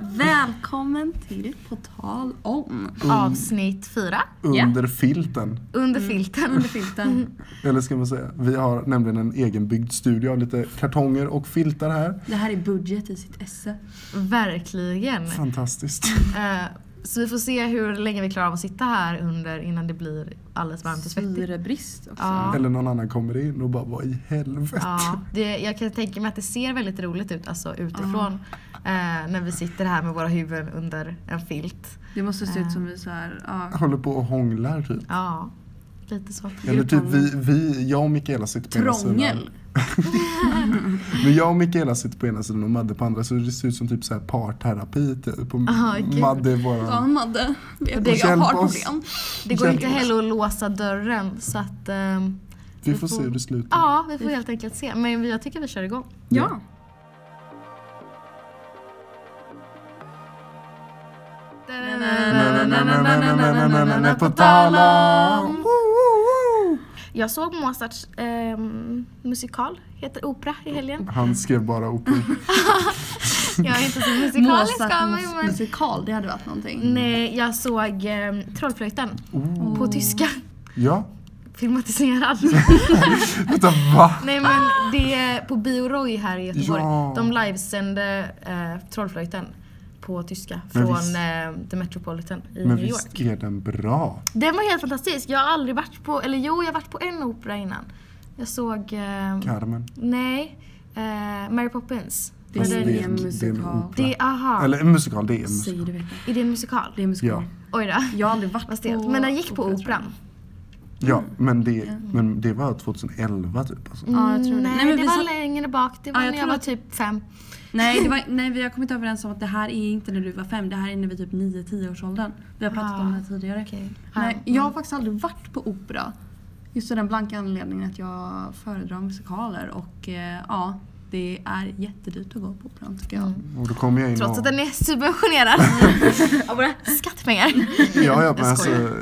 Välkommen till På tal om. Mm. Avsnitt fyra. Under filten. Under filten. Under filten. Eller ska man säga, vi har nämligen en egenbyggd studio av lite kartonger och filtar här. Det här är budget i sitt esse. Verkligen. Fantastiskt. Eh, så vi får se hur länge vi klarar av att sitta här under innan det blir alldeles varmt och svettigt. Syrebrist också. Ja. Eller någon annan kommer in och bara, vad i helvete? Ja, det, jag kan tänka mig att det ser väldigt roligt ut alltså, utifrån. Eh, när vi sitter här med våra huvuden under en filt. Det måste se ut som vi så här, ja. Håller på och hånglar typ. Ja, lite så. Eller typ vi, vi, jag och Mikaela sitter på ena sidan. Trångel. Men jag och Mikaela sitter på ena sidan och Madde på andra så det ser ut som typ så här parterapi typ. Och Aha, gud. Madde är våran... Ja, Madde. Jag, Det- jag har Hjälp oss. problem. Det går inte heller att låsa dörren så att... ehm, Vi får se hur det slutar. ja, vi får helt enkelt se. Men jag tycker vi kör igång. Ja. På tal om... Jag såg Mozarts ehm, musikal, heter opera i helgen. Han skrev bara opera. Jag är inte så musikalisk av mig Mozart men... musikal, det hade varit någonting. Nej, jag såg ehm, Trollflöjten Oh. på tyska. Ja. Filmatiserad. Vänta, va? Nej men det är på Bio Roy här i Göteborg. Ja. De livesände eh, Trollflöjten på tyska Men från visst- eh, The Metropolitan i Men New York. visst är den bra? Den var helt fantastisk. Jag har aldrig varit på, eller jo jag har varit på en opera innan. Jag såg, eh, Carmen. nej, eh, Mary Poppins. Det Fast är det en är en- det är en musikal. opera. Det, aha, Eller en musikal, det är en musikal. Säger du vet är det en musikal? Det är en musikal. Ja. Oj då. Jag har aldrig varit Vad stelt. på Men den gick på opera, tror jag. operan. Ja, men det, men det var 2011 typ. Mm. Alltså. Ja, jag tror det. Nej, Nej, men det vi var så- längre bak. Det var Ja, jag när jag tror var att- typ fem. Nej, det var, nej, vi har kommit överens om att det här är inte när du var fem, det här är när vi är typ 9-10 års åldern. Vi har pratat Ah, om det här tidigare. okej. Nej, jag har faktiskt aldrig varit på opera. Just av den blanka anledningen att jag föredrar musikaler och eh, ja, det är jättedyrt att gå på operan tycker jag. Mm. Och då kom jag in Trots och... att den är subventionerad av våra skattepengar. Ja, ja, men Jag alltså, skojar.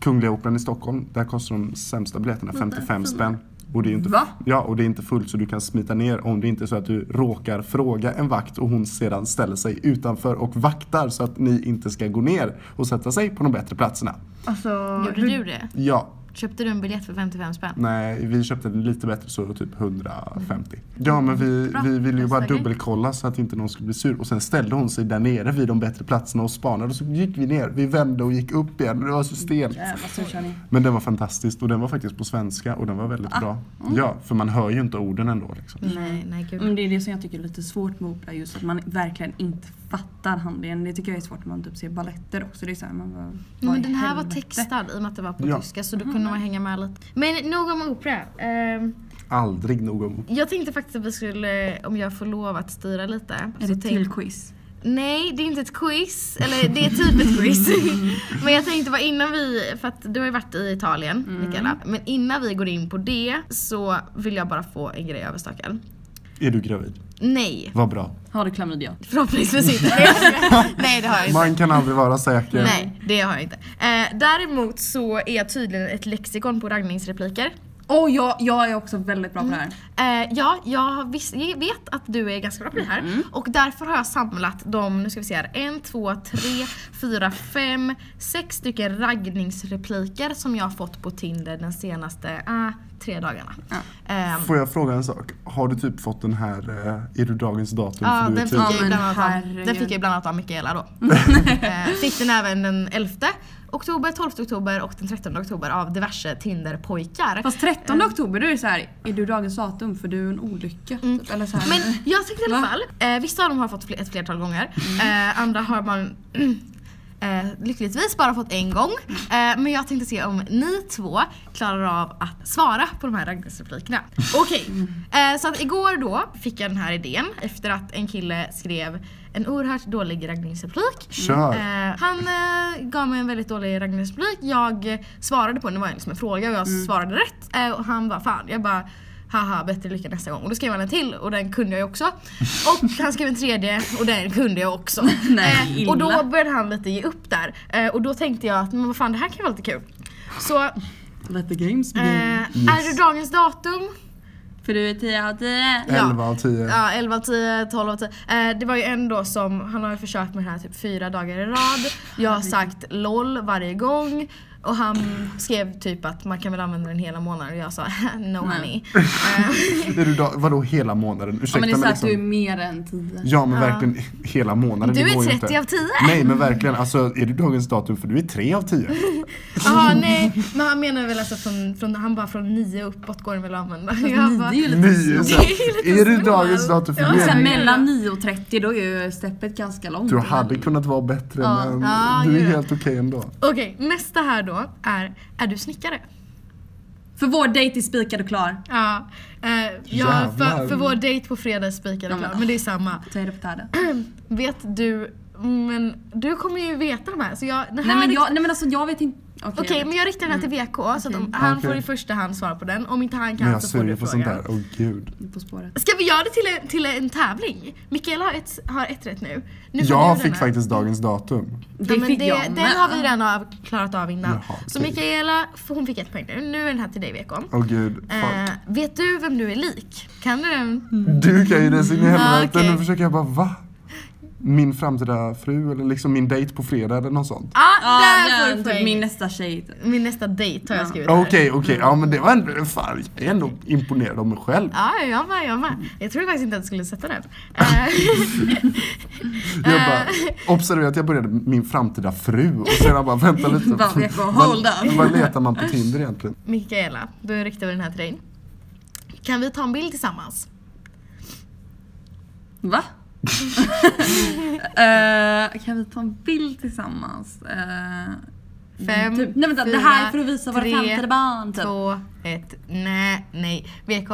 Kungliga Operan i Stockholm, där kostar de sämsta biljetterna 55 spänn. Och det, är ju inte, Va? ja, och det är inte fullt så du kan smita ner om det inte är så att du råkar fråga en vakt och hon sedan ställer sig utanför och vaktar så att ni inte ska gå ner och sätta sig på de bättre platserna. Alltså, Gjorde du det? Ja, Köpte du en biljett för 55 spänn? nej, vi köpte den lite bättre så typ 150. Mm. Ja, men vi, vi ville ju bara Nästa grej. dubbelkolla så att inte någon skulle bli sur. Och sen ställde hon sig där nere vid de bättre platserna och spanade och så gick vi ner. Vi vände och gick upp igen och det var så stelt. Jävlar, så kör ni. Men den var fantastisk och den var faktiskt på svenska och den var väldigt Ah. bra. Mm. Ja, för man hör ju inte orden ändå. Liksom. Nej, nej gud. Men Mm, det är det som jag tycker är lite svårt med opera, just att man verkligen inte fattar handlingen. Det tycker jag är svårt när man typ ser balletter också. Det är så här, man bara, Nej, vad i men den här var helvete? Mm. textad i och med att det var på Ja. tyska så då kunde man hänga med lite. Men nog om opera. Ehm, Aldrig nog om. Jag tänkte faktiskt att vi skulle, om jag får lov att styra lite. Är så det typ? tänk- till quiz? Nej, det är inte ett quiz. Eller det är typ ett quiz. men jag tänkte bara innan vi, för att du har ju varit i Italien Mikaela. Men innan vi går in på det så vill jag bara få en grej överstakad. Är du gravid? Nej, Vad bra. Har du klamydia? förhoppningsvis inte. Nej, jag skojar. Nej det har jag inte. Man kan aldrig vara säker. Nej, det har jag inte. Eh, däremot så är jag tydligen ett lexikon på raggningsrepliker. Åh, jag, jag är också väldigt bra på det här. Eh, ja, jag, har viss, jag vet att du är ganska bra på det här Mm. och därför har jag samlat de, nu ska vi se här, en, två, tre, fyra, fem, sex stycken raggningsrepliker som jag har fått på Tinder den senaste ah, tre dagarna. Mm. Ehm, Får jag fråga en sak? Har du typ fått den här, eh, är du dagens datum? Ja, för du är den fick, typ- jag ju men bland annat av, herregud. den fick jag ju bland annat av Mikaela då. Eh, fick den även den 11 oktober, 12 oktober och den 13 oktober av diverse Tinder-pojkar. Fast 13 oktober, då är det så här, är du dagens datum för du är en olycka? Typ, eller så här. Men jag tyckte i alla Va? Mm. fall, eh, vissa av dem har fått fl- ett flertal gånger. Eh, andra har man eh, lyckligtvis bara fått en gång. Eh, Mm. men jag tänkte se om ni två klarar av att svara på de här raggningsreplikerna. Okej, eh, så att igår då fick jag den här idén efter att en kille skrev en oerhört dålig raggningsreplik. Kör. Eh, han eh, gav mig en väldigt dålig raggningsreplik. Jag eh, svarade på den, det var liksom en fråga och jag Mm. svarade rätt. Eh, och han bara fan, jag bara haha bättre lycka nästa gång. Och då skrev han en till och den kunde jag ju också. Och han skrev en tredje och den kunde jag också. Eh, Nej, och då illa. började han lite ge upp där. Eh, och då tänkte jag att men vad fan det här kan ju vara lite kul. Så eh, Let the games är det dagens datum? Eh, För För du är 10 av 10. Ja. 11 av 10. Ja, 11 av 10, 12 av 10. Eh, det var ju en då som, han har ju försökt med det här typ fyra dagar i rad. Jag har sagt LOL varje gång. Och han skrev typ att man kan väl använda den hela månaden och jag sa no honey. Eh, Är du då, vadå hela månaden? Ursäkta Ja, men det är så men att du är liksom, mer än 10. ja men Ja. verkligen hela månaden. Du det går ju är inte. 30 av 10! Nej men verkligen, alltså är du dagens datum för du är 3 av 10. Jaha nej, men han menar väl alltså från, från, han bara från 9 uppåt går den väl att använda. Jag bara, ju Nio, så här. lite är du snål. dagens datum för Ja, du Så här, är mellan 9 och 30 då är ju steppet ganska långt. Du hade kunnat vara bättre Ja. men Ja, du är gud. helt okej ändå. Okej, nästa här då är, är du snickare? För vår dejt är spikad och klar. Ja, eh, ja Jävlar. för, för vår dejt på fredag spikade Ja, men- klar, men det är samma. Så är det på tärde. Vet du, men du kommer ju veta de här. Så jag, den här Nej men, rikt- jag, nej men alltså jag vet inte. Okej. Okej, men jag riktar den här till VK så att om, han Okej. får i första hand svara på den. Om inte han Men kan jag så får suger du på sånt fråga. där, åh gud. På spåret. Ska vi göra det till en, till en tävling? Mikaela har ett, har ett rätt nu. nu får Jag du fick denna. faktiskt dagens datum. Ja, men det, med. den har vi redan av, klarat av innan. Jaha, så okej. Mikaela, hon fick ett poäng nu. Nu är den här till dig VK. Åh gud, fuck. Eh, vet du vem du är lik? Kan du den? Mm. Du kan ju det sin i Ah, helvete. okej. Nu försöker jag bara, va? Min framtida fru eller liksom min dejt på fredag eller något sånt. Ah, Ja, där får den- du poäng! min Min, nästa tjej. typ. nästa dejt har jag skrivit Okej, här. okej. Ja men det var ändå, fan jag är ändå imponerad av mig själv. Ja, jag med, jag med. Jag trodde faktiskt inte att du skulle sätta den. Eh, Jag bara, Eh. observera att jag började med min framtida fru och sedan bara vänta lite. Bara, jag får hold Vad- up. Vad letar man på Tinder egentligen? Mikaela, då riktar vi den här till dig. Kan vi ta en bild tillsammans? Va? Eh, kan vi ta en bild tillsammans? Eh, Fem, typ, nej vänta, det här är för att visa våra Mm, tre, framtida barn. Typ. Mm, Två, ett, nej, nej. VK?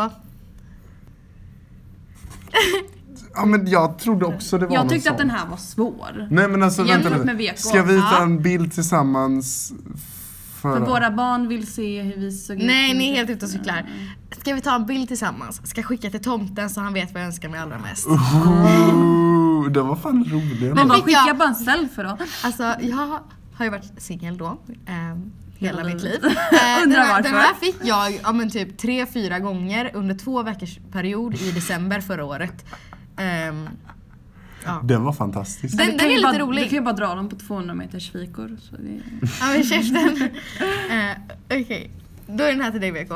Ja men jag trodde också det var Jag något tyckte att sånt. den här var svår. Nej men alltså vänta Jämfört lite. med VK. Ska vi ta Ja. en bild tillsammans? För, För våra barn vill se hur vi såg ut. Nej, ni är helt ute och cyklar. Mm. Ska vi ta en bild tillsammans? Ska skicka till tomten så han vet vad jag önskar mig allra mest. Ooh, det var fan roligt. Men vad Fick jag- skickar bara en selfie då? Alltså jag har ju varit singel då. ehm, Hela Hela mitt liv. livet. Eh, den, Undrar här, varför. den här fick jag ja, men typ tre, fyra gånger under två veckors period i december förra året. Ehm, ja. Den var fantastisk. Den- Du den kan är ju lite bara, rolig. Du kan ju bara dra dem på 200 meters fikor. Så det... ja men käften. Eh, Okej, då är den här till dig VK.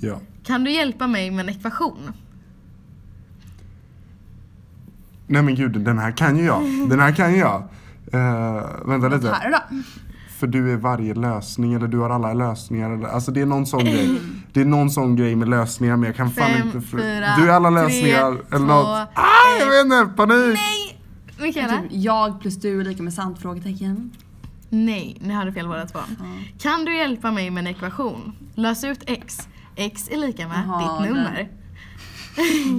Ja. Kan du hjälpa mig med en ekvation? Nej men gud, den här kan ju jag. Den här kan ju jag. Eh, vänta lite. Här då. För du är varje lösning eller du har alla lösningar. Eller, alltså det är någon sån grej. Det är någon sån grej med lösningar men jag kan fan Fem, inte. för- fyra, du är alla tre, lösningar två, eller något. Ah, jag vet inte, panik! Nej! Mikaela? Typ, Mm. jag plus du är lika med sant? Frågetecken. Mm. Nej, ni hade fel båda två. Kan du hjälpa mig med en ekvation? Lös ut x. x är lika med Jaha, ditt den. nummer.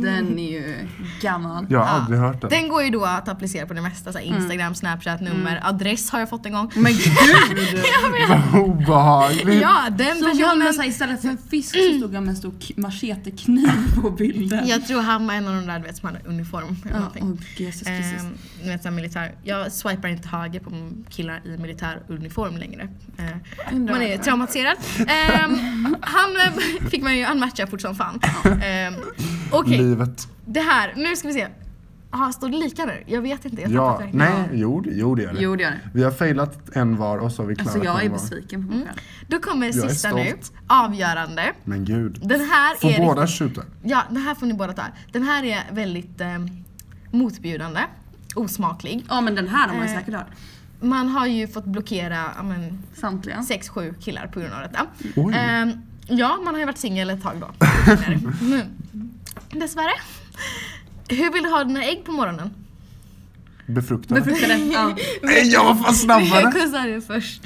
Den är ju gammal. Jag har Ja. aldrig hört den. Den går ju då att applicera på det mesta, så här Instagram, Snapchat, nummer, adress har jag fått en gång. Mm. Men gud! Vad obehagligt. Ja, den Så jag personen. med så här, istället för en fisk så stod jag med en stor k- machetekniv på bilden. Jag tror han var en av de där du vet, som hade uniform. Eller Ja, någonting. oh, Jesus Kristus. Ehm, ni vet, så här, militär. Jag swipar inte höger på killar i militäruniform längre. Ehm, Undrar man är varför. traumatiserad. Ehm, han eh, fick man ju unmatcha fort som fan. Ehm, Okej, Livet. det här. Nu ska vi se. Aha, står det lika nu? Jag vet inte. Jag har Ja, tappat räkningen. nej, jo, det- jo det gör det. Jo det gör det. Vi har failat en var och så har vi klarat Alltså jag en är var. besviken Mm. på mig själv. Då kommer Jag är sista nu. stolt. Avgörande. Men gud. Den här är Får riktigt- båda skjuta? Ja, den här får ni båda ta. Den här är väldigt eh, motbjudande, osmaklig. Ja men den här har man ju Eh. säkert hört. Man har ju fått blockera ja, men, Samtliga. sex, sju killar på grund av detta. Oj. Eh, ja, man har ju varit singel ett tag då. Mm. Dessvärre. Hur vill du ha dina ägg på morgonen? Befruktade? Befruktade. Ja. Nej, jag var fan Jag snabbare! kussar dig först.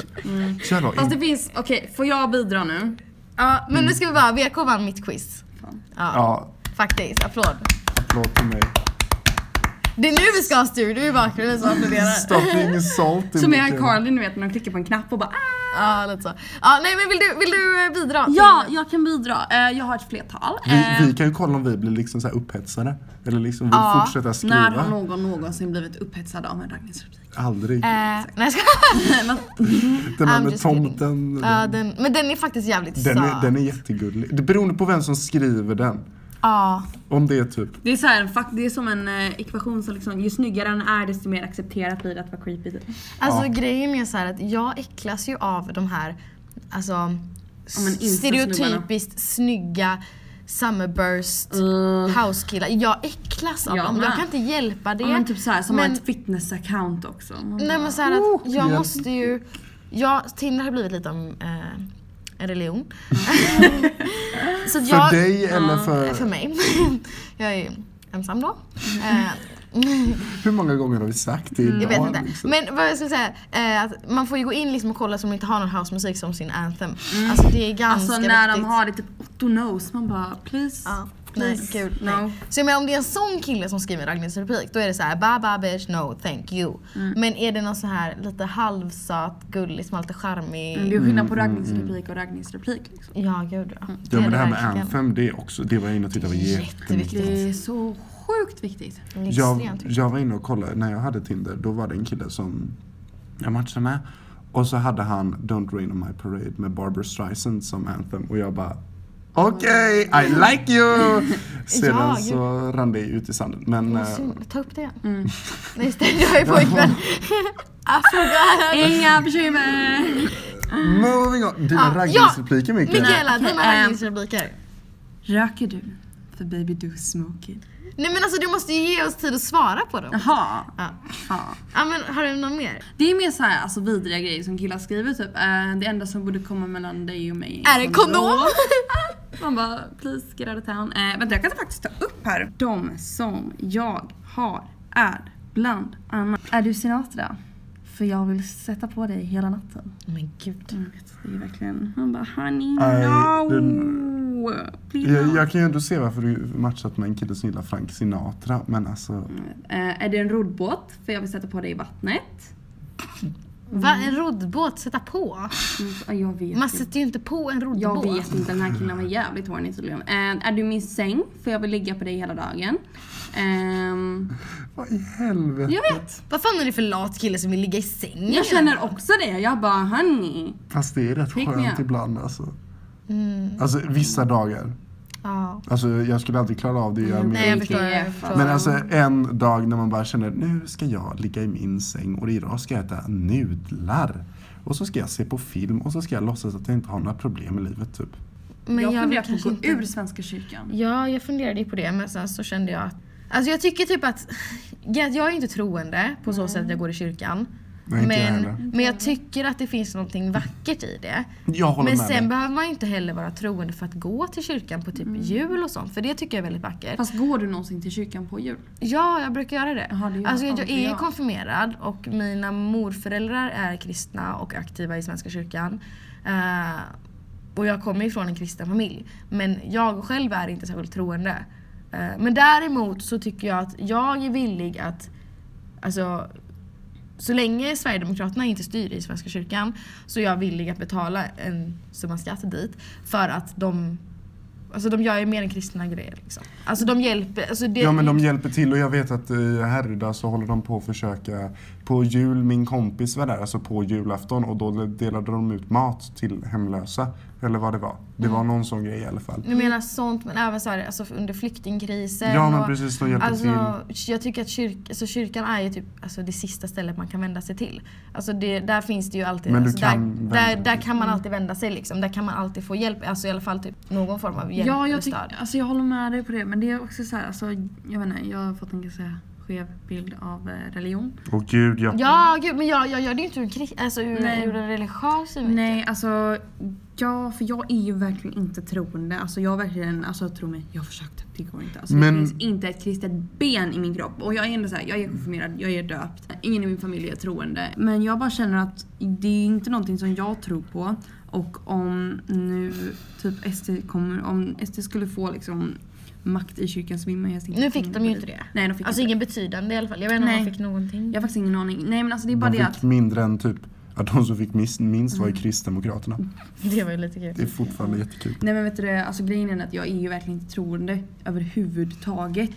Kör då. Fast in. det finns, okej får jag bidra nu? Ja, men nu ska vi bara, VK vann mitt quiz. Fan. Ja, Ja, faktiskt. Applåd. applåd till mig. Det är nu vi ska ha Sture, du är i bakgrunden som applåderar. Stopping salt i Som är micken. Carly ni vet när de klickar på en knapp och bara ah! Ja, lite så. Ja, nej men vill du, vill du eh, bidra? till- Ja, jag kan bidra. Eh, jag har ett flertal. Eh, Vi, vi kan ju kolla om vi blir liksom så här upphetsade. Eller liksom vill Ja, fortsätta när har skriva. någon någonsin blivit upphetsad av en raggningsreplik? Aldrig. Eh, nej, jag ska... den I'm här med just kidding. tomten. ja, den, men den är faktiskt jävligt Den söt. är, den är jättegullig. Det beror på vem som skriver den. Ja, Ja. Om det är typ Det är, så här, fuck, det är som en eh, ekvation som liksom, ju snyggare den är desto mer accepterat blir det att vara creepy. typ. Alltså Ja. grejen är så här att jag äcklas ju av de här alltså, instasnubbarna. stereotypiskt snygga summerburst housekillar. Jag äcklas av Mm. Jag dem, med. jag kan inte hjälpa det. Ja, men typ så här, som Men- har ett fitness-account också. Man Nej bara- men så här att Oh, jag ja. måste ju... Jag, Tinder har blivit lite om eh, en religion. så att för jag, dig eller för... eh, För mig. jag är ju ensam då. Eh, Hur många gånger har vi sagt det idag? Mm, jag vet inte. liksom? Men vad jag skulle säga, eh, att man får ju gå in liksom och kolla så de inte har någon housemusik som sin anthem. Alltså det är ganska Mm. Alltså när viktigt. de har det typ Otto knows, man bara please. Ja, nej, please gud, no. nej. Så jag menar, om det är en sån kille som skriver Ragnhilds replik då är det så här ba ba bitch no thank you. Men är det någon så här lite halvsöt, gullig, som har lite charmig Det är skillnad på raggningsreplik och raggningsreplik. Liksom. Ja, gud ja. Ja men det här med verkligen. Anthem, det, är också, typ- det var jag inne och tyckte var jätteviktigt. Det är så sjukt viktigt. Det är Jag, extremt viktigt. jag var inne och kollade, när jag hade Tinder, då var det en kille som jag matchade med. Och så hade han Don't Rain On My Parade med Barbra Streisand som Anthem och jag bara Okej, I like you! Sedan Ja, gud. så rann det ut i sanden. Men, Vad eh, synd. Ta upp det igen. Nej just det, jag är pojkvän. Ah, I forgot. Inga bekymmer! moving on! Dina Ah, Ja, raggningsrepliker Mikael. Mikaela, Okej, dina ehm. raggningsrubriker. Röker du? För baby do smoke it. Nej men alltså du måste ju ge oss tid att svara på dem. Jaha. Ja. Ja. ja men har du någon mer? Det är mer så här, alltså vidriga grejer som killar skriver typ. Eh, det enda som borde komma mellan dig och mig Är det kondom? Man bara please get out of town. Eh, vänta jag kan faktiskt ta upp här. De som jag har är bland annat. Är du Sinatra? För jag vill sätta på dig hela natten. men gud. Jag vet, det är verkligen... Han bara honey Nej, no! Please Jag, no. jag kan ju ändå se varför du matchat med en kille som gillar Frank Sinatra men alltså Eh, är det en roddbåt? För jag vill sätta på dig i vattnet. Va, en roddbåt sätta på? Mm, så- jag vet Man inte. sätter ju inte på en roddbåt. Jag vet inte, den här killen var jävligt horny tydligen. Eh, är du min säng? För jag vill ligga på dig hela dagen. Ehm, Vad i helvete? jag vet. Vad fan är det för lat kille som vill ligga i sängen? Jag känner också det. Jag bara honey. Fast det är rätt Pick me skönt up. ibland alltså. Mm. Alltså vissa dagar. Ja. Alltså jag skulle aldrig klara av det. Jag menar Mm, Nej jag inte. förstår. Jag förstår. Men alltså en dag när man bara känner nu ska jag ligga i min säng och idag ska jag äta nudlar. Och så ska jag se på film och så ska jag låtsas att jag inte har några problem i livet typ. Men jag funderar vill på att kanske gå inte- ur Svenska kyrkan. Ja, jag funderade ju på det men sen så kände jag att Alltså jag tycker typ att jag jag är ju inte troende på så sätt att Mm. jag går i kyrkan. Nej, inte jag men, heller. men jag tycker att det finns någonting vackert i det. Jag håller Men med sen dig. behöver man ju inte heller vara troende för att gå till kyrkan på Mm. typ jul och sånt. För det tycker jag är väldigt vackert. Fast går du någonsin till kyrkan på jul? Ja, jag brukar göra det. Jaha, det gör alltså jag, jag aldrig är jag. konfirmerad och mina morföräldrar är kristna och aktiva i Svenska kyrkan. Eh, och jag kommer ju från en kristen familj. Men jag själv är inte särskilt troende. Eh, men däremot så tycker jag att jag är villig att Alltså, så länge Sverigedemokraterna inte styr i Svenska kyrkan så är jag villig att betala en summa skatt dit för att de Alltså de gör ju mer än kristna grejer liksom. Alltså de hjälper, alltså det, Ja men de hjälper till och jag vet att i Härryda så håller de på att försöka På jul, min kompis var där, alltså på julafton och då delade de ut mat till hemlösa Eller vad det var. Det var någon sån grej i alla fall. Nu menar sånt men även så här, alltså under flyktingkrisen Mm. Ja men och, precis, de hjälper till. Alltså, jag tycker att kyrk, alltså, kyrkan är ju typ alltså, det sista stället man kan vända sig till. Alltså, det, där finns det ju alltid, Men du alltså, kan där, vända där, dig där till- Mm. kan man alltid vända sig liksom. Där kan man alltid få hjälp, alltså i alla fall typ någon form av hjälp Ja, eller jag, tyck, stöd. alltså jag håller med dig på det. Men det är också så här, alltså, jag vet inte, jag har fått en ganska skev bild av eh, religion. Åh gud ja. Ja, gud, men jag, jag gör det ju inte ur, en kri- alltså, ur, Nej. ur en religiös synvinkel. Nej, alltså ja, för jag är ju verkligen inte troende. Alltså jag verkligen, alltså tro mig, jag har försökt. Det går inte. Alltså, Men- Det finns inte ett kristet ben i min kropp. Och jag är ändå så här, jag är konfirmerad, jag är döpt. Ingen i min familj är troende. Men jag bara känner att det är inte någonting som jag tror på. Och om nu typ SD kommer, om SD skulle få liksom makt i kyrkan så vill man ju helst inte Nu fick de ju inte dit. det. Nej, de fick Alltså inte ingen betydande i alla fall. Jag vet inte om Nej. de fick någonting. det. Jag har faktiskt ingen aning. Nej men alltså det är bara De det att fick mindre än typ, ja, de som fick minst, minst var ju Kristdemokraterna. Det var ju lite kul. Det är fortfarande jättekul. Nej men vet du det, alltså grejen är att jag är ju verkligen inte troende överhuvudtaget.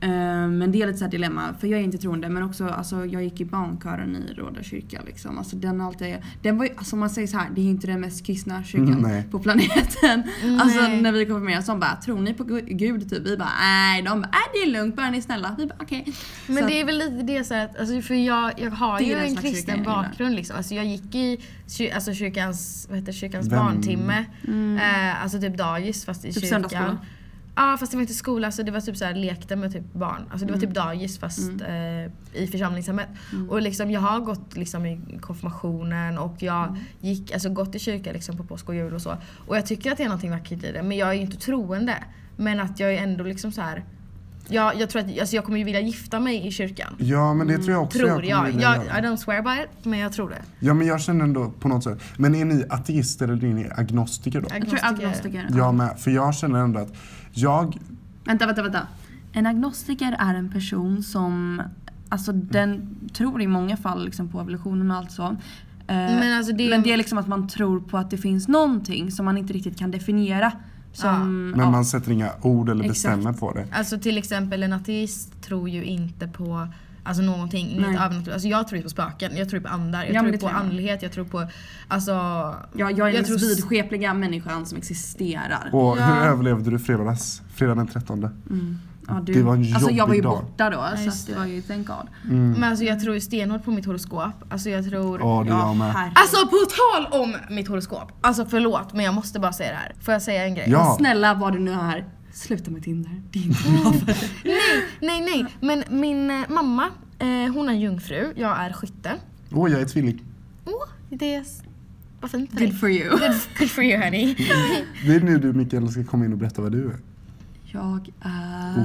Eh, Men det är lite så här dilemma, för jag är inte troende men också alltså, jag gick i barnkören i Råda kyrka. Liksom. Alltså, den, alltid, den var, ju- alltså, om man säger så här, det är ju inte den mest kristna kyrkan Nej. på planeten. Alltså Mm, Nej. när vi konfirmerades, de bara “tror ni på Gu- Gud?” typ. Vi bara “nej”, de bara “nej det är lugnt, bara ni är snälla”. Vi bara “okej”. Men Så det är väl lite det så att, alltså, för jag, jag har Det är ju den en slags kyrka jag kristen gillar. bakgrund liksom. Alltså jag gick i kyr, alltså, kyrkans, vad heter, det, kyrkans Vem? barntimme. Eh, alltså typ dagis fast i Mm. Typ kyrkan. söndagsskola. Ja fast det var inte skola så det var typ så här lekte med typ barn. Alltså det var Mm. typ dagis fast eh, i församlingshemmet. Och liksom jag har gått liksom i konfirmationen och jag Mm. gick, alltså gått i kyrka liksom på påsk och jul och så. Och jag tycker att det är någonting vackert i det men jag är ju inte troende. Men att jag är ändå liksom så här. Jag, jag tror att alltså jag kommer ju vilja gifta mig i kyrkan. Ja men det tror Mm, jag också Tror kommer jag. vilja jag. I göra. don't swear by it, men jag tror det. Ja men jag känner ändå på något sätt. Men är ni ateister eller är ni agnostiker då? jag tror jag är agnostiker. Mm, Jag med, för jag känner ändå att jag, Vänta, vänta, vänta. En agnostiker är en person som alltså, den tror i många fall liksom, på evolutionen och allt så. Eh, Men alltså, det är- men det är liksom att man tror på att det finns någonting som man inte riktigt kan definiera. Ah. Som, men ja. man sätter inga ord eller Exakt. bestämmer på det. Alltså till exempel en ateist tror ju inte på Alltså någonting, Nej. inget övernaturligt. Alltså jag tror ju på spöken, jag tror på andar, jag Ja, men tror det på tror jag. andlighet, jag tror på alltså... Ja, jag är den jag mest tror- vidskepliga människan som existerar. Och Ja. hur överlevde du fredags, fredag den 13? ja, du, det var en alltså, jag var ju jobbig dag. borta då så just att det var ju thank god. Men alltså jag tror ju stenhårt på mitt horoskop. Alltså jag tror... Ja det är jag med. herregud. Alltså på tal om mitt horoskop. Alltså förlåt men jag måste bara säga det här. Får jag säga en grej? Ja, Snälla vad du nu är, sluta med Tinder. Det är inte bra för dig. Nej, nej, nej. Men min eh, mamma, eh, hon är jungfru, jag är skytte. åh jag är tvilling. Åh, det är... s- Vad fint för dig. Good for you. Good for you honey. Det är nu du Mikael ska komma in och berätta vad du är. Jag är...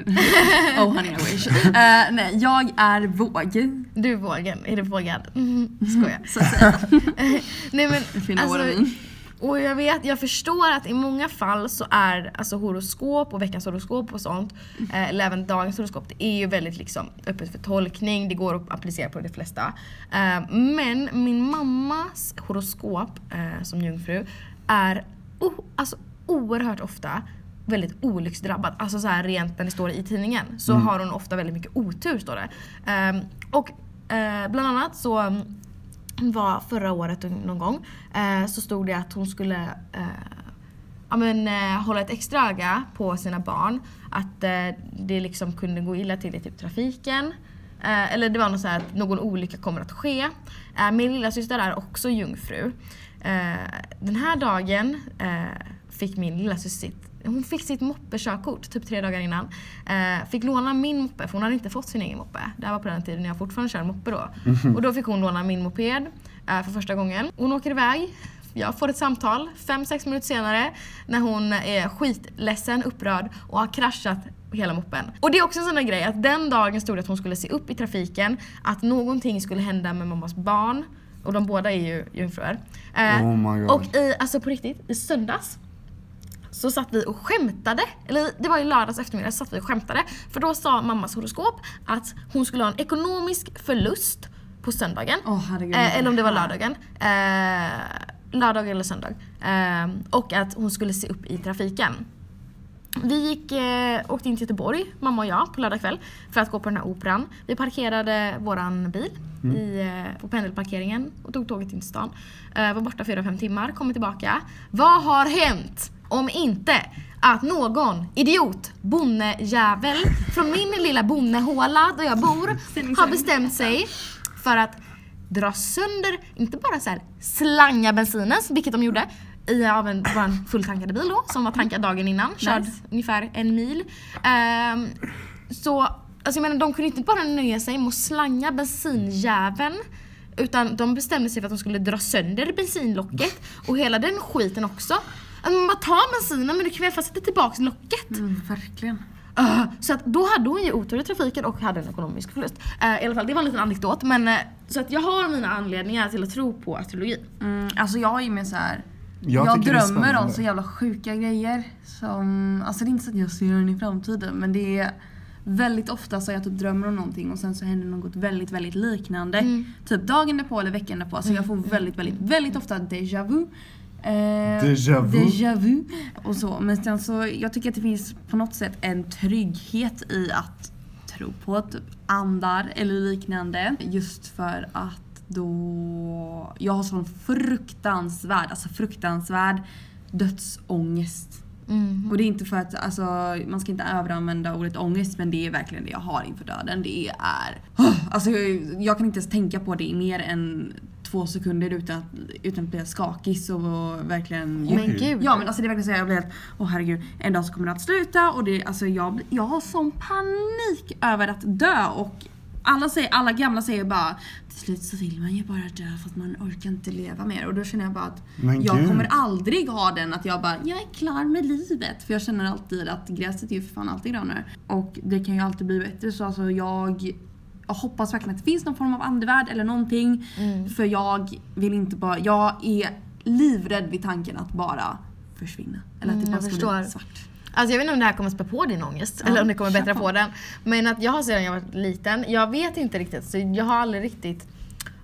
oh honey I wish. Eh, nej, jag är våg. Du är vågen, är du vågad? Mm, skojar. Så att säga. Nej men Finna alltså, what I mean. och jag vet, jag förstår att i många fall så är alltså horoskop och veckans horoskop och sånt, eh, eller även dagens horoskop, det är ju väldigt liksom öppet för tolkning, det går att applicera på de flesta. Eh, men min mammas horoskop eh, som jungfru är o, alltså, oerhört ofta väldigt olycksdrabbad. Alltså så här rent när det står i tidningen så har hon ofta väldigt mycket otur står det. Eh, och eh, bland annat så mm, var förra året någon gång eh, så stod det att hon skulle eh, ja, men, eh, hålla ett extra öga på sina barn. Att eh, det liksom kunde gå illa till i typ trafiken. Eh, eller det var något så här att någon olycka kommer att ske. Eh, min lilla syster är också jungfru. Eh, den här dagen eh, fick min lilla syster sitt hon fick sitt moppekörkort typ tre dagar innan. Eh, fick låna min moppe för hon hade inte fått sin egen moppe. Det här var på den tiden när jag fortfarande kör moppe då. Mhm. Och då fick hon låna min moped eh, för första gången. Hon åker iväg. Jag får ett samtal fem sex minuter senare när hon är skitledsen, upprörd och har kraschat hela moppen. Och det är också en sån där grej att den dagen stod det att hon skulle se upp i trafiken, att någonting skulle hända med mammas barn. Och de båda är ju jungfrur. Eh, Oh my God. och i, alltså på riktigt, i söndags så satt vi och skämtade, eller det var i lördags eftermiddag så satt vi och skämtade. För då sa mammas horoskop att hon skulle ha en ekonomisk förlust på söndagen. Åh herregud. Mm, Eh, eller om det var lördagen. Eh, lördag eller söndag. Eh, och att hon skulle se upp i trafiken. Vi gick, eh, åkte in till Göteborg, mamma och jag, på lördag kväll för att gå på den här operan. Vi parkerade våran bil i, eh, på pendelparkeringen och tog tåget in till stan. Eh, var borta 4-5 timmar, kommer tillbaka. Vad har hänt? Om inte att någon idiot, bonnejävel, från min lilla bonnehåla där jag bor har bestämt sig för att dra sönder, inte bara så här slanga bensinen, vilket de gjorde, i av en, var en fulltankad bil då, som var tankad dagen innan, körd ungefär en mil. Ehm, så, alltså jag menar de kunde inte bara nöja sig med att slanga bensinjäveln, utan de bestämde sig för att de skulle dra sönder bensinlocket och hela den skiten också. Att Man bara tar bensinen men du kan väl fan sätta tillbaks locket? Mm, verkligen. Ah, Så att då hade hon ju otur i trafiken och hade en ekonomisk förlust. Eh, I alla fall, det var en liten anekdot. Men, eh, så att jag har mina anledningar till att tro på astrologi. Mm, alltså jag är med så här. Jag Jag, tycker det är drömmer om spännande. så jävla sjuka grejer. Som, alltså det är inte så att jag ser den i framtiden men det är väldigt ofta så jag typ drömmer om någonting och sen så händer något väldigt, väldigt Mm. liknande. Typ dagen därpå eller veckan därpå. Så jag får väldigt, väldigt, väldigt ofta déjà vu. Eh, Déjà vu. Déjà vu. Och så. Men sen så, jag tycker att det finns på något sätt en trygghet i att tro på typ andar eller liknande. Just för att då... Jag har sån fruktansvärd, alltså fruktansvärd dödsångest. Mm. Och det är inte för att, alltså, man ska inte överanvända ordet ångest men det är verkligen det jag har inför döden. Det är... alltså, jag, jag kan inte ens tänka på det i mer än två sekunder utan att, utan att bli skakig och verkligen... Men gud. Ja men alltså det är verkligen så jag blir helt, åh herregud, en dag så kommer det att sluta och det, alltså jag, blir- jag har sån panik över att dö och alla, säger, alla gamla säger bara till slut så vill man ju bara dö för att man orkar inte leva mer och då känner jag bara att Men jag gud. kommer aldrig ha den att jag bara jag är klar med livet för jag känner alltid att gräset är ju för fan alltid grönare och det kan ju alltid bli bättre så alltså jag jag hoppas verkligen att det finns någon form av andevärld eller någonting. Mm. För jag vill inte bara... Jag är livrädd vid tanken att bara försvinna. Eller att det Mm, bara jag ska bli förstår. svart. Alltså jag vet inte om det här kommer spä på din ångest Ja, eller om det kommer kör bättra på. på den. Men att jag har sedan jag var liten, jag vet inte riktigt så jag har aldrig riktigt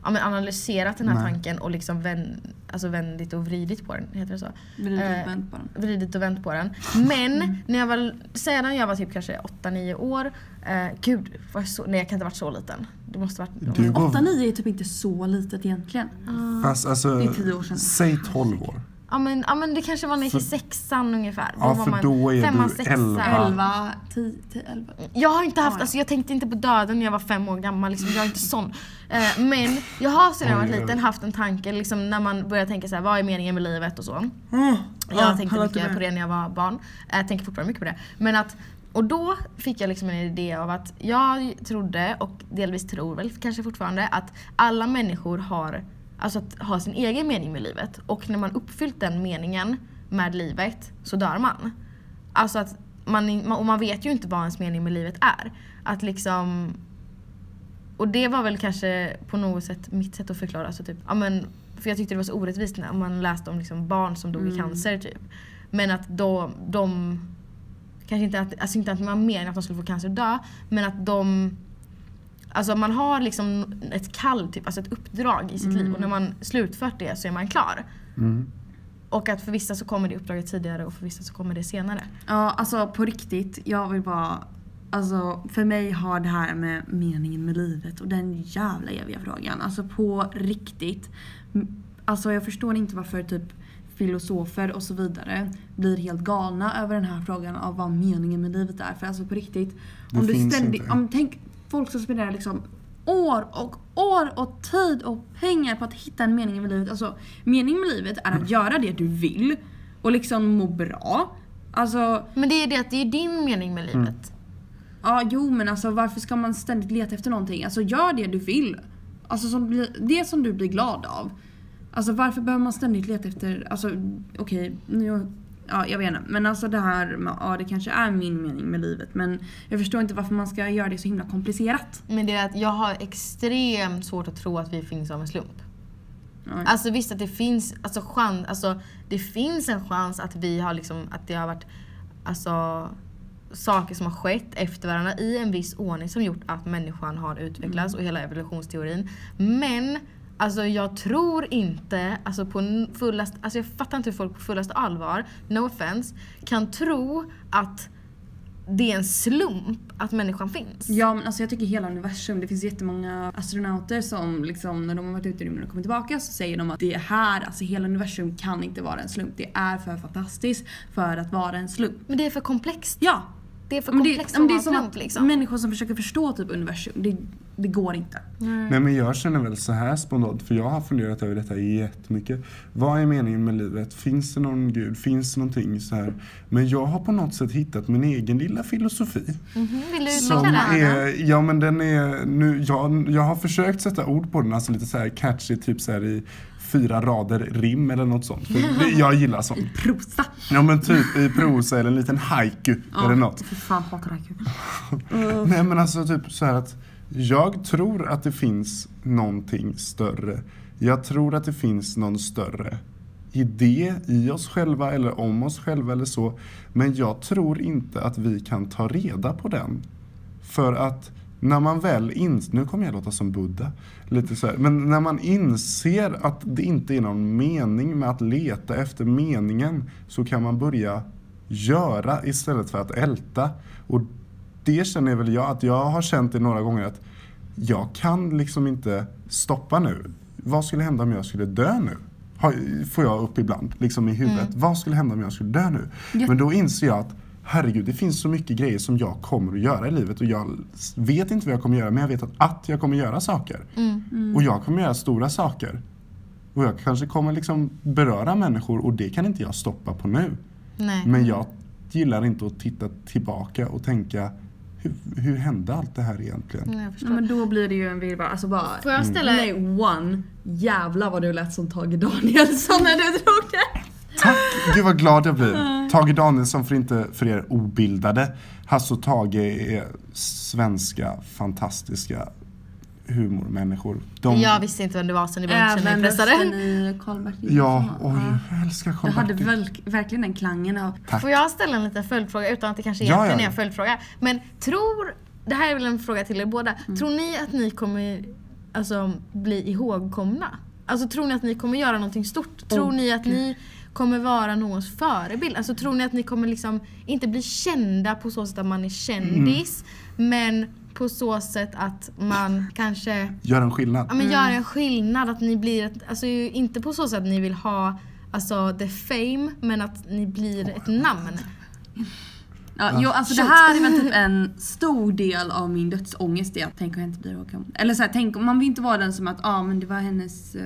ja, men analyserat den här Nej. tanken och liksom vän, alltså vändit och vridit på den. Heter det så? Vrid Eh, och vänd på den. vridit och vänt på den. Mm. Men när jag var, sedan jag var typ kanske 8-9 år, eh, gud, var jag så, nej jag kan inte ha varit så liten. Det måste ha varit... Du går... 8-9 är typ inte så litet egentligen. Fast alltså, Det är tio år sedan. säg 12 år. Ja men, ja men det kanske var när jag gick i sexan ungefär. Ja, var för man då är femman, du sexan. elva. 11, 10, 10, 11. Jag har inte haft, Ja, ja. alltså jag tänkte inte på döden när jag var fem år gammal, liksom, jag är inte sån. Eh, men jag har sedan jag var Oj, oj, oj. liten haft en tanke liksom, när man börjar tänka så här, vad är meningen med livet och så. Jag Ja, tänkte hallå till mycket mig. på det när jag var barn. Eh, Jag tänker fortfarande mycket på det. Men att, och då fick jag liksom en idé av att jag trodde, och delvis tror väl kanske fortfarande, att alla människor har, alltså att har sin egen mening med livet. Och när man uppfyllt den meningen med livet så dör man. Alltså att man, och man vet ju inte vad ens mening med livet är. Att liksom och det var väl kanske på något sätt mitt sätt att förklara. Alltså typ, ja, men, för jag tyckte det var så orättvist när man läste om liksom barn som dog i cancer. Typ. Men att då, de... Kanske inte att, alltså inte att man menar att de skulle få cancer och dö. Men att de... Alltså man har liksom ett kall, typ, alltså ett uppdrag i sitt liv. Och när man slutfört det så är man klar. Mm. Och att för vissa så kommer det uppdraget tidigare och för vissa så kommer det senare. Ja, alltså på riktigt. Jag vill bara... Alltså för mig har det här med meningen med livet och den jävla eviga frågan. Alltså på riktigt. M- Alltså jag förstår inte varför typ filosofer och så vidare blir helt galna över den här frågan av vad meningen med livet är. För alltså på riktigt. Det om du finns ständigt, inte. om, tänk folk som spenderar liksom år och år och tid och pengar på att hitta en mening med livet. Alltså meningen med livet är att göra det du vill och liksom må bra. Alltså Men det är det att det är din mening med livet. Ja, jo men alltså varför ska man ständigt leta efter någonting? Alltså gör det du vill. Alltså som, bli- det som du blir glad av. Alltså varför behöver man ständigt leta efter, alltså okej, nu ja jag vet inte. Men alltså det här med, ja det kanske är min mening med livet men jag förstår inte varför man ska göra det så himla komplicerat. Men det är att jag har extremt svårt att tro att vi finns av en slump. Nej. Alltså visst att det finns, alltså, chans, alltså det finns en chans att vi har liksom, att det har varit alltså, saker som har skett efter varandra i en viss ordning som gjort att människan har utvecklats och hela evolutionsteorin. Men alltså jag tror inte, alltså på n- fullast, alltså jag fattar inte hur folk på fullast allvar, no offense, kan tro att det är en slump att människan finns. Ja men alltså jag tycker hela universum, det finns jättemånga astronauter som liksom när de har varit ute i rymden och kommit tillbaka så säger de att det här, alltså hela universum kan inte vara en slump. Det är för fantastiskt för att vara en slump. Men det är för komplext. Ja, Det är för Men det, komplext men det är att som vara plump att liksom. människor som försöker förstå typ universum, det, det går inte. Mm. Nej men jag känner väl så här spontant, för jag har funderat över detta jättemycket. Vad är meningen med livet? Finns det någon gud? Finns det någonting så här? Men jag har på något sätt hittat min egen lilla filosofi. Mhm, Vill du Som utveckla det? är, ja men den är, nu, jag, jag har försökt sätta ord på den, alltså lite så här catchy, typ så här i fyra rader rim eller något sånt. För det- Jag gillar sånt. Prosa! Ja men typ i prosa eller en liten haiku eller något. Fy fan, hatar haiku. Nej men alltså typ så här att jag tror att det finns någonting större. Jag tror att det finns någon större idé i oss själva eller om oss själva eller så. Men jag tror inte att vi kan ta reda på den. För att När man väl inser, nu kommer jag låta som Buddha, lite så här, men när man inser att det inte är någon mening med att leta efter meningen så kan man börja göra istället för att älta. Och det känner väl jag att jag har känt det några gånger att jag kan liksom inte stoppa nu. Vad skulle hända om jag skulle dö nu? Har- Får jag upp ibland, liksom i huvudet. Vad skulle hända om jag skulle dö nu? Men då inser jag att herregud, det finns så mycket grejer som jag kommer att göra i livet och jag s- vet inte vad jag kommer göra men jag vet att, att jag kommer göra saker. Och jag kommer göra stora saker. Och jag kanske kommer liksom beröra människor och det kan inte jag stoppa på nu. Nej. Men jag gillar inte att titta tillbaka och tänka hur, hur hände allt det här egentligen? Nej, jag förstår. Ja, men då blir det ju en virrvarr. Alltså bara... Får jag ställa... Nej, one. Jävlar vad du lät som Tage Danielsson när du drog det. Tack! Gud vad glad jag blir. Tage Danielsson för inte för er obildade. Hasse och Tage är svenska fantastiska humormänniskor. De, Jag visste inte vem det var så ni behöver inte känna er Även pressade. rösten i Karl-Bertil ja, Jonsson. oj, jag älskar Jag hade Karl-Bertil. väl, verkligen den klangen av... Tack. Får jag ställa en liten följdfråga utan att det kanske Ja, egentligen ja. är en följdfråga. Men tror, det här är väl en fråga till er båda. Mm. Tror ni att ni kommer alltså, bli ihågkomna? Alltså tror ni att ni kommer göra någonting stort? tror ni att ni kommer vara någons förebild? Alltså tror ni att ni kommer liksom inte bli kända på så sätt att man är kändis Mm. men på så sätt att man kanske Gör en skillnad. ja, men gör Mm. en skillnad. Att ni blir, ett, alltså ju inte på så sätt att ni vill ha alltså, the fame, men att ni blir ett namn. Ja, jo, alltså det här är väl typ en stor del av min dödsångest. Det är att tänk om jag inte blir ihågkommen. Eller så här, tänk om man vill inte vara den som att ah, men det var hennes... eh,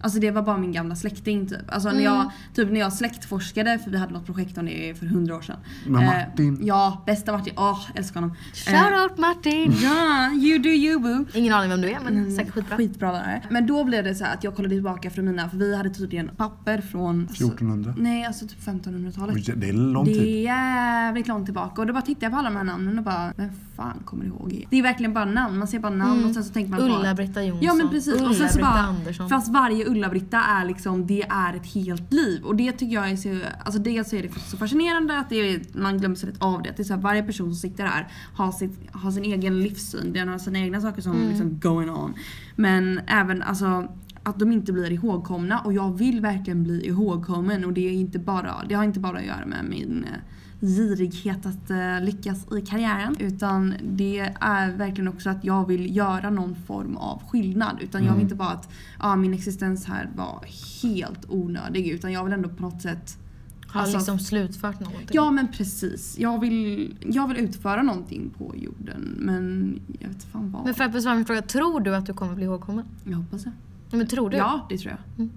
Alltså det var bara min gamla släkting typ. Alltså när, Mm. jag, typ när jag släktforskade, för vi hade något projekt om det för hundra år sedan. Eh, Med Martin. ja, bästa Martin. Åh, älskar honom. Eh, Shoutout Martin! Ja, you do you boo. Ingen aning vem du är men Mm. säkert skitbra. Skitbra lärare. Men då blev det så här att jag kollade tillbaka från mina, för vi hade tydligen papper från... alltså- 1400. Nej, alltså typ 1500-talet. Oj, Det är lång Det tid. är jävligt långt tillbaka och då bara tittar jag på alla de här namnen och bara, vem fan kommer ihåg? Det är verkligen bara namn, man ser bara namn och sen så tänker man på... Ulla-Britta Jonsson. Ja men precis. Och sen så Ulla-Britta bara, Andersson. fast varje Ulla-Britta är liksom, det är ett helt liv. Och det tycker jag är så, alltså dels är det så fascinerande att det är, man glömmer sig lite av det. Att det är så här, varje person som sitter här har, sitt, har sin egen livssyn, den har sina egna saker som Mm. liksom going on. Men även alltså att de inte blir ihågkomna och jag vill verkligen bli ihågkommen och det, är inte bara, det har inte bara att göra med min eh, girighet att eh, lyckas i karriären utan det är verkligen också att jag vill göra någon form av skillnad utan jag vill inte bara att ja, min existens här var helt onödig utan jag vill ändå på något sätt Har alltså- liksom slutfört någonting. Ja men precis. Jag vill, jag vill utföra någonting på jorden men jag vet fan vad. Men för att besvara min fråga, tror du att du kommer bli ihågkommen? Jag hoppas det. Ja, Men tror du? Ja det tror jag.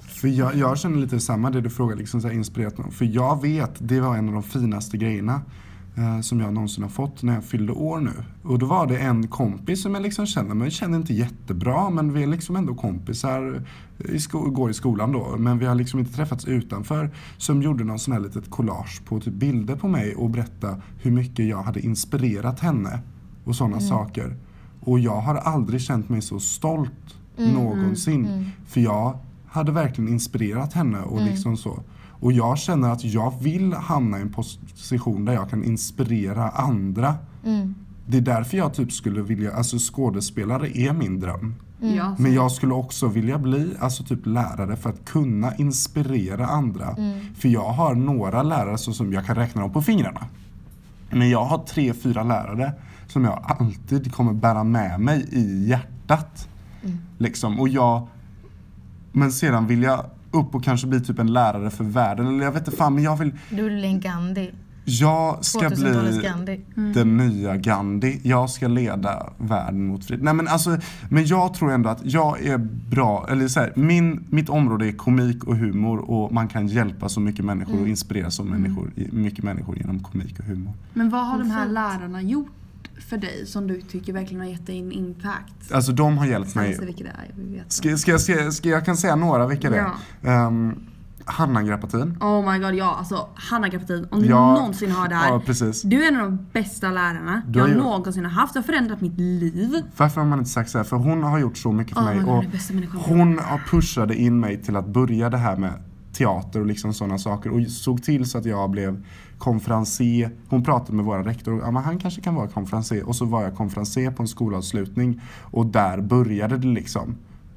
För jag, jag känner lite samma, det du frågar, liksom så här inspirerat någon. För jag vet, det var en av de finaste grejerna eh, som jag någonsin har fått när jag fyllde år nu. Och då var det en kompis som jag liksom känner, men jag känner inte jättebra, men vi är liksom ändå kompisar, i sko- går i skolan då, men vi har liksom inte träffats utanför. Som gjorde någon sån här litet collage på typ bilder på mig och berätta hur mycket jag hade inspirerat henne och sådana saker. Och jag har aldrig känt mig så stolt någonsin. För jag hade verkligen inspirerat henne och liksom så. Och jag känner att jag vill hamna i en position där jag kan inspirera andra. Mm. Det är därför jag typ skulle vilja, alltså skådespelare är min dröm. Mm. Ja, Men jag skulle också vilja bli alltså typ lärare för att kunna inspirera andra. För jag har några lärare så som jag kan räkna dem på fingrarna. Men jag har tre, fyra lärare som jag alltid kommer bära med mig i hjärtat. Liksom. Och jag, men sedan vill jag upp och kanske bli typ en lärare för världen. Eller jag vet inte fan, men jag vill, Du är en Gandhi. jag ska bli 2000-talets Gandhi. Mm. den nya Gandhi. Jag ska leda världen mot fred. Nej, men, alltså, men jag tror ändå att jag är bra. Eller så här, min, mitt område är komik och humor och man kan hjälpa så mycket människor Mm. och inspirera så människor, mycket människor genom komik och humor. Men vad har de här Fint. lärarna gjort för dig som du tycker verkligen har gett dig en impact? Alltså de har hjälpt mig Alltså, vilket det är, vi vet. Ska, ska jag, se, ska jag kan säga några vilka det är. Ehm, Hanna Grapatin. Oh my god ja, alltså Hanna Grapatin, om du Ja. någonsin hör det här. Ja, precis. Du är en av de bästa lärarna Du har jag gjort- någonsin har haft. Du har förändrat mitt liv. Varför har man inte sagt så här? För hon har gjort så mycket för Oh my mig. God, Och det är bästa människan. hon har pushade in mig till att börja det här med teater och liksom sådana saker. Och såg till så att jag blev konferencier. Hon pratade med vår rektor och ja, men han kanske kan vara konferencier. Och så var jag konferencier på en skolavslutning och där började det liksom.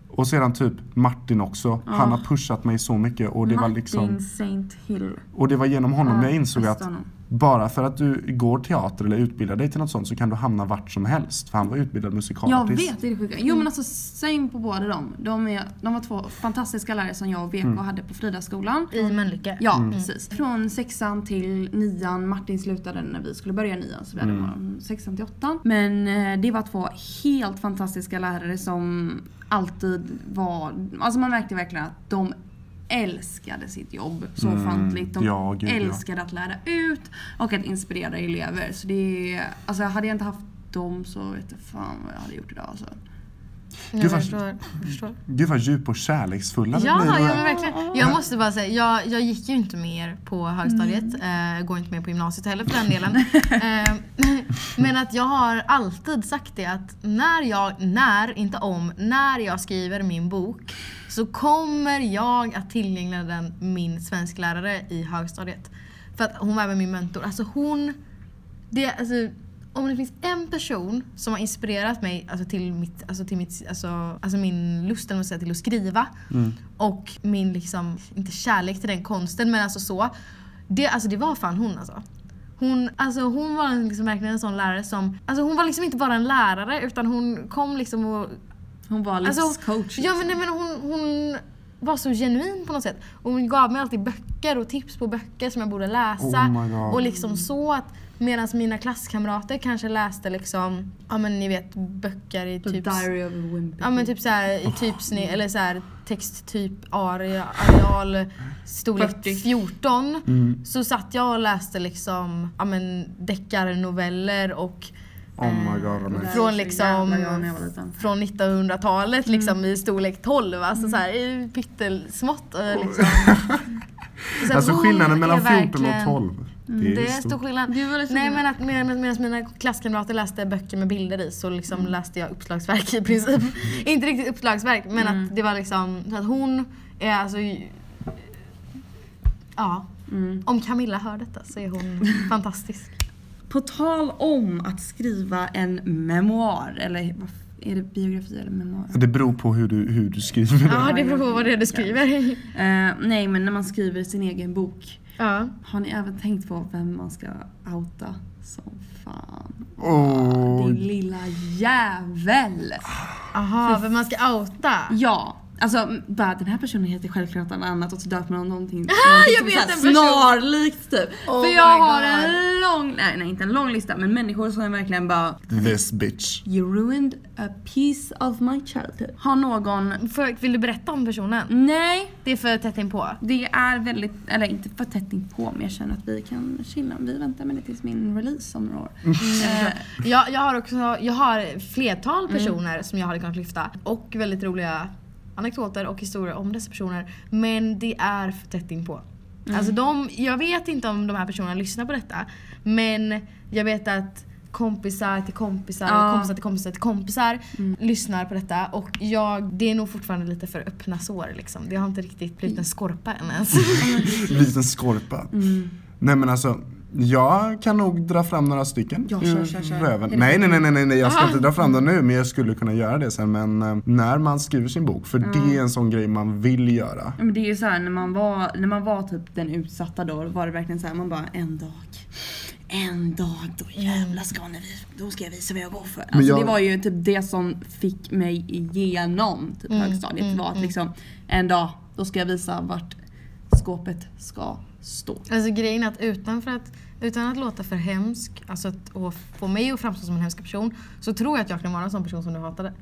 Och sedan typ Martin också. Han har pushat mig så mycket och det var Ah. Martin liksom Saint Hill. och det var genom honom Ja, jag insåg bästa att honom. bara för att du går teater eller utbildar dig till något sånt så kan du hamna vart som helst. För han var utbildad Jag musikalartist. vet, det är det sjuka. Jo men alltså same på båda dem. De, är, de var två fantastiska lärare som jag och Mm. VK hade på Fridaskolan. I Mölnlycke. Ja, precis. Från sexan till nian. Martin slutade när vi skulle börja nian så vi hade mm. sexan till åttan. Men eh, det var två helt fantastiska lärare som alltid var... Alltså man märkte verkligen att de älskade sitt jobb så Mm, ofantligt. De ja, gud, ja. älskade att lära ut och att inspirera elever. Så det är, alltså hade jag inte haft dem så vet jag fan vad jag hade gjort idag alltså. Mm. Jag Gud, vad- förstår. jag förstår. Gud vad djup och kärleksfulla vi Ja, blir. ja men verkligen. Jag måste bara säga, jag, jag gick ju inte med er på högstadiet. Eh, går inte med på gymnasiet heller för den delen. eh, men att jag har alltid sagt det att när jag, när, inte om, när jag skriver min bok så kommer jag att tillgängliga den min svensklärare i högstadiet. För att hon var även min mentor. Alltså hon, det, alltså, om det finns en person som har inspirerat mig alltså, till, mitt, alltså, till mitt, alltså, alltså, min lust eller vad man säger, till att skriva och min, liksom, inte kärlek till den konsten men alltså så. Det, alltså, det var fan hon alltså. Hon, alltså hon var en- liksom verkligen en sån lärare som, alltså hon var liksom inte bara en lärare utan hon kom liksom och Hon var Alltså, livscoach. liksom. Ja men, nej, liksom. men hon, hon var så genuin på något sätt. Och hon gav mig alltid böcker och tips på böcker som jag borde läsa. Oh my God. och liksom så att medan mina klasskamrater kanske läste liksom, ja men ni vet böcker i typ... Diary of a Wimpy. Ja men typ såhär i typsnitt eller såhär texttyp area, areal storlek 40. 14 Mm. så satt jag och läste liksom ja men deckarnoveller och eh, Oh my god vad Det där nice. Från är så liksom- jävla jag när jag var liten. från 1900-talet Mm. liksom i storlek 12. Alltså så här, i pyttesmått. eh, Liksom. Så att Alltså hon skillnaden mellan är 14 verkligen- Mm, och 12. Det är, Det är stort. stor skillnad. Du var liksom Nej men att med, med, medan mina klasskamrater läste böcker med bilder i så liksom läste jag uppslagsverk i princip. Inte riktigt uppslagsverk men att det var liksom så att hon är alltså ju- Ja, Mm. om Camilla hör detta så är hon fantastisk. På tal om att skriva en memoar, eller vad f- är det biografi eller memoar? Det beror på hur du, hur du skriver det. Ja, det beror på vad det är du skriver. Eh, nej, men när man skriver sin egen bok. Ja. Har ni även tänkt på vem man ska outa som fan? Åh, Din lilla jävel! Aha, men man ska outa. Ja, alltså bara den här personen heter självklart något annat och så döper man någonting, någonting jag som vet så här en person. snarlikt typ. Oh För jag my har God. en lång, nej, nej inte en lång lista, men människor som jag verkligen bara This bitch. You ruined a piece of my childhood. Har någon Får- vill du berätta om personen? Nej, Det är för tätt inpå. det är väldigt, eller inte för tätt inpå men jag känner att vi kan chilla. Vi väntar med det tills min release om några år. Eh, Jag, jag har också jag har flertal personer som jag hade kunnat lyfta och väldigt roliga anekdoter och historier om dessa personer. Men det är för tätt inpå. Alltså de, jag vet inte om de här personerna lyssnar på detta men jag vet att kompisar till kompisar, Ja. kompisar till kompisar till kompisar lyssnar på detta och jag, det är nog fortfarande lite för öppna sår liksom. Det har inte riktigt blivit en skorpa än ens. Liten skorpa. Mm. Nej men alltså, jag kan nog dra fram några stycken Ja, ur kör, kör, kör. röven. Nej, nej, nej, nej, nej, nej, jag Ah! ska inte dra fram dem nu men jag skulle kunna göra det sen. Men eh, när man skriver sin bok, för Mm. det är en sån grej man vill göra. Men det är ju såhär när man var, när man var typ den utsatta då, då var det verkligen såhär man bara en dag. En dag, då jävlar ska ni vi, då ska jag visa vad jag går för. Alltså jag- det var ju typ det som fick mig igenom typ högstadiet var att liksom en dag, då ska jag visa vart skåpet ska stå. Alltså grejen är att utan, för att utan att låta för hemsk, alltså att, och få mig att framstå som en hemsk person, så tror jag att jag kan vara en sån person som du hatade.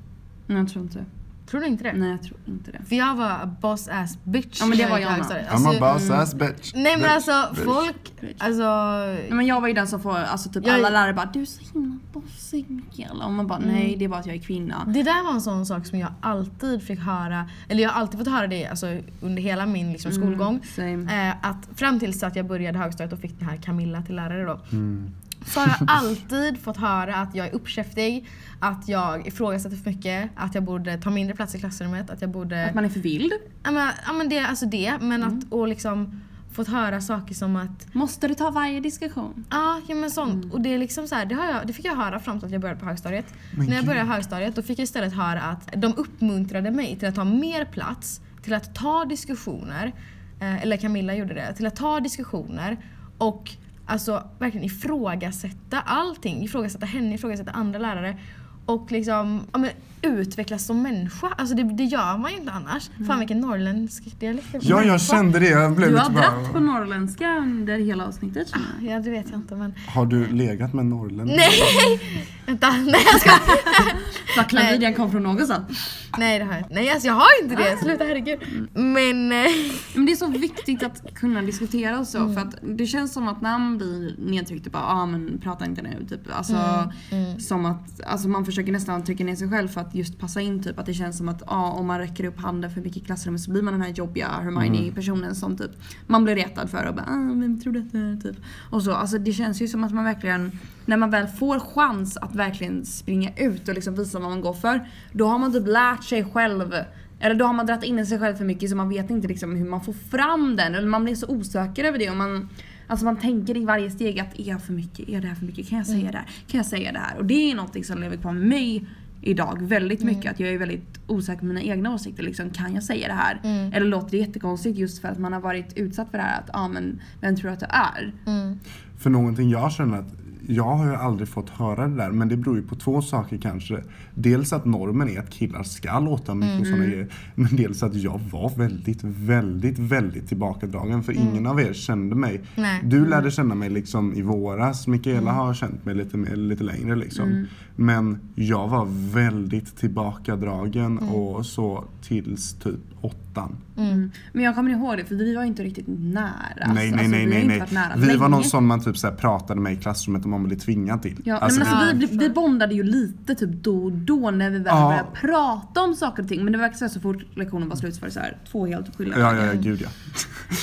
Men jag tror inte det. Tror du inte det? Nej jag tror inte det. För jag var a boss ass bitch. Ja, men det när var gick jag i med. högstadiet. I'm a Alltså, boss ass bitch. nej men bitch, alltså bitch. folk, Bitch. alltså... Nej, men jag var ju den som får, alltså typ Jag- alla lärare bara du är så himla bossig Mikaela. Och man bara nej det är bara att jag är kvinna. Det där var en sån sak som jag alltid fick höra, eller jag har alltid fått höra det alltså, under hela min liksom, skolgång. Same. Eh, att fram tills att jag började högstadiet och fick den här Camilla till lärare då. så har jag alltid fått höra att jag är uppkäftig, att jag ifrågasätter för mycket, att jag borde ta mindre plats i klassrummet, att jag borde... Att man är för vild. Ja men, ja, men det, alltså det, men att och liksom fått höra saker som att Måste du ta varje diskussion? Ja, ja men sånt. Och det är liksom så här, det, har jag, det fick jag höra fram till att jag började på högstadiet. Men När jag gud. började högstadiet då fick jag istället höra att de uppmuntrade mig till att ta mer plats, till att ta diskussioner, eh, eller Camilla gjorde det, till att ta diskussioner och alltså verkligen ifrågasätta allting. Ifrågasätta henne, ifrågasätta andra lärare och liksom ja, men, utvecklas som människa. Alltså det, det gör man ju inte annars. Fan vilken norrländsk dialekt det Ja, jag kände det. Jag blev Du har lite dratt på bara... norrländska under hela avsnittet känner jag. Ja, det vet jag inte men... Har du legat med norrlänning? Nej! Vänta, nej jag skojar. För klamydian kom från någonstans. Nej det har jag inte. Nej alltså jag har inte det. Sluta herregud. Men... eh, Men det är så viktigt att kunna diskutera och så för att det känns som att när man blir nedtryckt och bara ah, men prata inte nu typ. Alltså, Som att alltså, man försöker nästan trycka ner sig själv för att just passa in typ att det känns som att ah, om man räcker upp handen för mycket i klassrummet så blir man den här jobbiga Hermione-personen som typ man blir retad för och bara ah, vem tror du att du är typ. Och så, alltså, det känns ju som att man verkligen när man väl får chans att verkligen springa ut och liksom visa vad man går för då har man typ lärt sig själv eller då har man dragit in i sig själv för mycket så man vet inte liksom hur man får fram den. Eller man blir så osäker över det. Och man, alltså man tänker i varje steg att är jag för mycket? Är det här för mycket? Kan jag säga det här? Kan jag säga det här? Och det är någonting som lever kvar med mig idag väldigt mycket. Att jag är väldigt osäker på mina egna åsikter. Liksom, kan jag säga det här? Eller låter det jättekonstigt just för att man har varit utsatt för det här? Att ja ah, men vem tror du att du är? För någonting jag känner att jag har ju aldrig fått höra det där men det beror ju på två saker kanske. Dels att normen är att killar ska låta mycket och sådana grejer. Men dels att jag var väldigt, väldigt, väldigt tillbakadragen för ingen av er kände mig. Nej. Du lärde känna mig liksom i våras. Mikaela har känt mig lite, mer- lite längre liksom. Men jag var väldigt tillbakadragen och så tills typ åttan. Mm. Men jag kommer ihåg det för vi var inte riktigt nära. nej, Alltså, alltså, nej, nej, vi har nej, inte nej. varit nära Vi var någon länge. sån man typ så här pratade med i klassrummet om man blev tvingad till. Ja, Alltså, nej, men det- alltså, vi, vi bondade ju lite typ då och då när vi väl Ja. började prata om saker och ting. Men det verkar så, här, så fort lektionen var slut så var det så här, två helt skilda Ja, dagar. ja, ja, gud ja.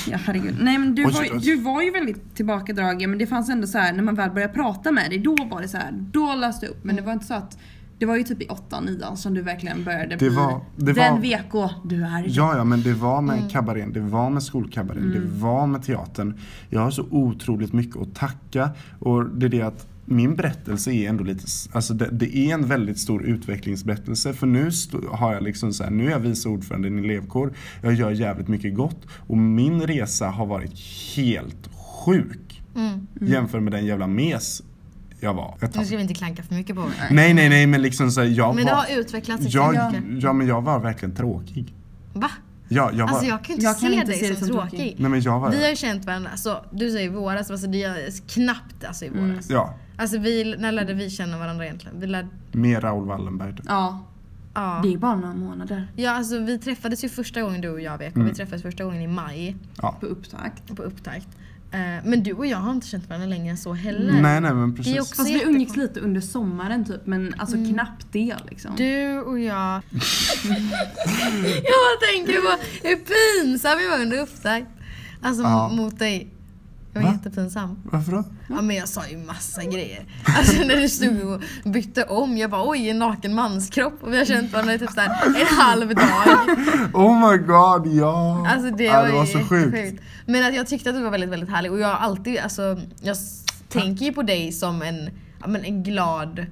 Ja, herregud. Nej men du Oj, var, oj, ju- oj. du var ju väldigt tillbakadragen men det fanns ändå så här när man väl började prata med dig då var det så här, då löste det upp. Men det var inte så att det var ju typ i åttan, nian som du verkligen började bli var- det den var- VK du är. Ja, ja, men det var med Mm. kabarén, det var med skolkabarén, det var med teatern. Jag har så otroligt mycket att tacka och det är det att min berättelse är ändå lite, s- alltså det, det är en väldigt stor utvecklingsberättelse för nu st- har jag liksom så här, nu är jag vice ordförande i en elevkår, jag gör jävligt mycket gott och min resa har varit helt sjuk Mm. jämfört med den jävla mes jag var ett tag. Nu ska vi inte klanka för mycket på varandra. Nej, nej, nej, men liksom så här, jag Men det var, har utvecklats extra jag, mycket. ja, men jag var verkligen tråkig. Va? Ja, jag var, Alltså jag kan ju inte Jag se kan inte dig se som, dig som tråkig. Nej men jag var... Vi har ju känt varandra, alltså, du säger i våras, alltså, det är knappt alltså, i våras. Mm, Ja, Alltså vi, när lärde vi känna varandra egentligen? Vi lärde, med Raoul Wallenberg. Ja, ja. det är bara några månader ja alltså, vi träffades ju första gången du och jag VK, Mm. vi träffades första gången i maj på upptakt. på upptakt. Eh, men du och jag har inte känt varandra längre än så heller. Nej nej men Det är precis. också Fast vi jättekonstigt. umgicks lite under sommaren typ men alltså knappt det liksom. Du och jag. jag bara tänker på hur pinsam jag var under uppsagt. Alltså Ja. mot dig. Jag var Va? jättepinsam. Varför då? Ja men jag sa ju massa grejer. Alltså när du stod och bytte om. Jag bara oj en naken manskropp. Och vi har känt varandra i typ så här en halv dag. Oh my god ja! Alltså det, ja, det var, var ju så sjukt. jättesjukt. Men att jag tyckte att du var väldigt väldigt härlig. Och jag har alltid, alltså jag s- tänker ju på dig som en, ja, men en glad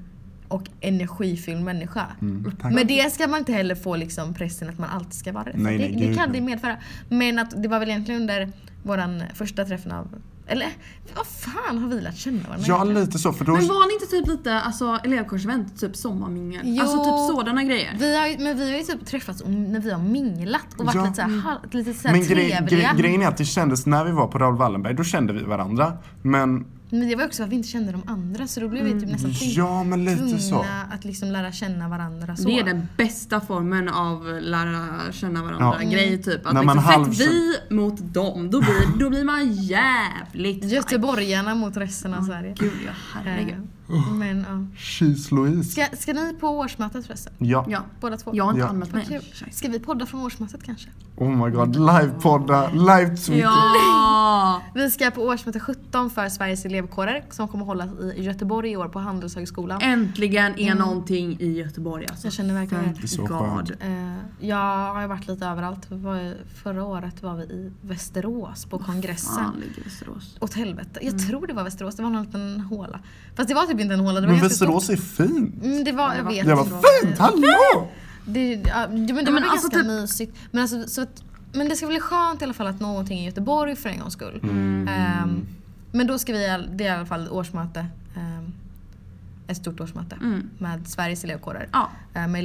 och energifylld människa. Mm, tack. Men det ska man inte heller få liksom pressen att man alltid ska vara det. För Nej, det, nej, det gud, kan nej. det medföra. Men att det var väl egentligen under våran första träffen av... Eller vad fan har vi lärt känna varandra Ja egentligen? lite så för då... Men var ni inte typ lite alltså, elevkårsevent, typ sommarmingel? Jo. Alltså typ sådana grejer. Vi har, ju- men vi har ju typ träffats och, när vi har minglat och varit Ja. lite, såhär, hal- lite såhär Men gre- trevliga. gre- grejen är att det kändes när vi var på Raoul Wallenberg, då kände vi varandra. Men men det var ju också att vi inte kände de andra så då blev vi typ nästan tving- Mm. ja men lite så. tvungna att liksom lära känna varandra. Så. Det är den bästa formen av lära känna varandra-grej Mm. typ. Att När När man man halv- liksom, sätt vi mot dem, då blir, då blir man jävligt Göteborgarna mot resten av Sverige. Gud ja, herregud. Eh, Men, ja. She's Louise. ska, ska ni på årsmötet förresten? Ja. Ja. Båda två? Jag har inte Ja. anmält Vad mig. kul. Ska vi podda från årsmötet kanske? Oh my god, livepodda, live Ja! Vi ska på årsmöte 17 för Sveriges elevkårer som kommer hållas i Göteborg i år på Handelshögskolan. Eh. Äntligen är någonting i Göteborg alltså. Mm. Jag känner verkligen Thank det. är så God. skönt. Eh, Jag har varit lite överallt. Vi var i- Förra året var vi i Västerås på kongressen. Fan Mm. ligger i Västerås. Åt helvete. Jag tror det var Västerås. Det var någon liten håla. Fast det var typ inte en håla. Det var Men ganska Västerås stort. är fint. Mm, det var, jag vet. Jävla fint, hallå! Det, ja, det- men det var men väl alltså ganska typ- mysigt. Men, alltså, så att, men det ska bli skönt i alla fall att någonting i Göteborg för en gångs skull. Ehm, men då ska vi, i all- det är i alla fall ett årsmöte. ehm, ett stort årsmöte Mm. med Sveriges elevkårer. Ja. eh, med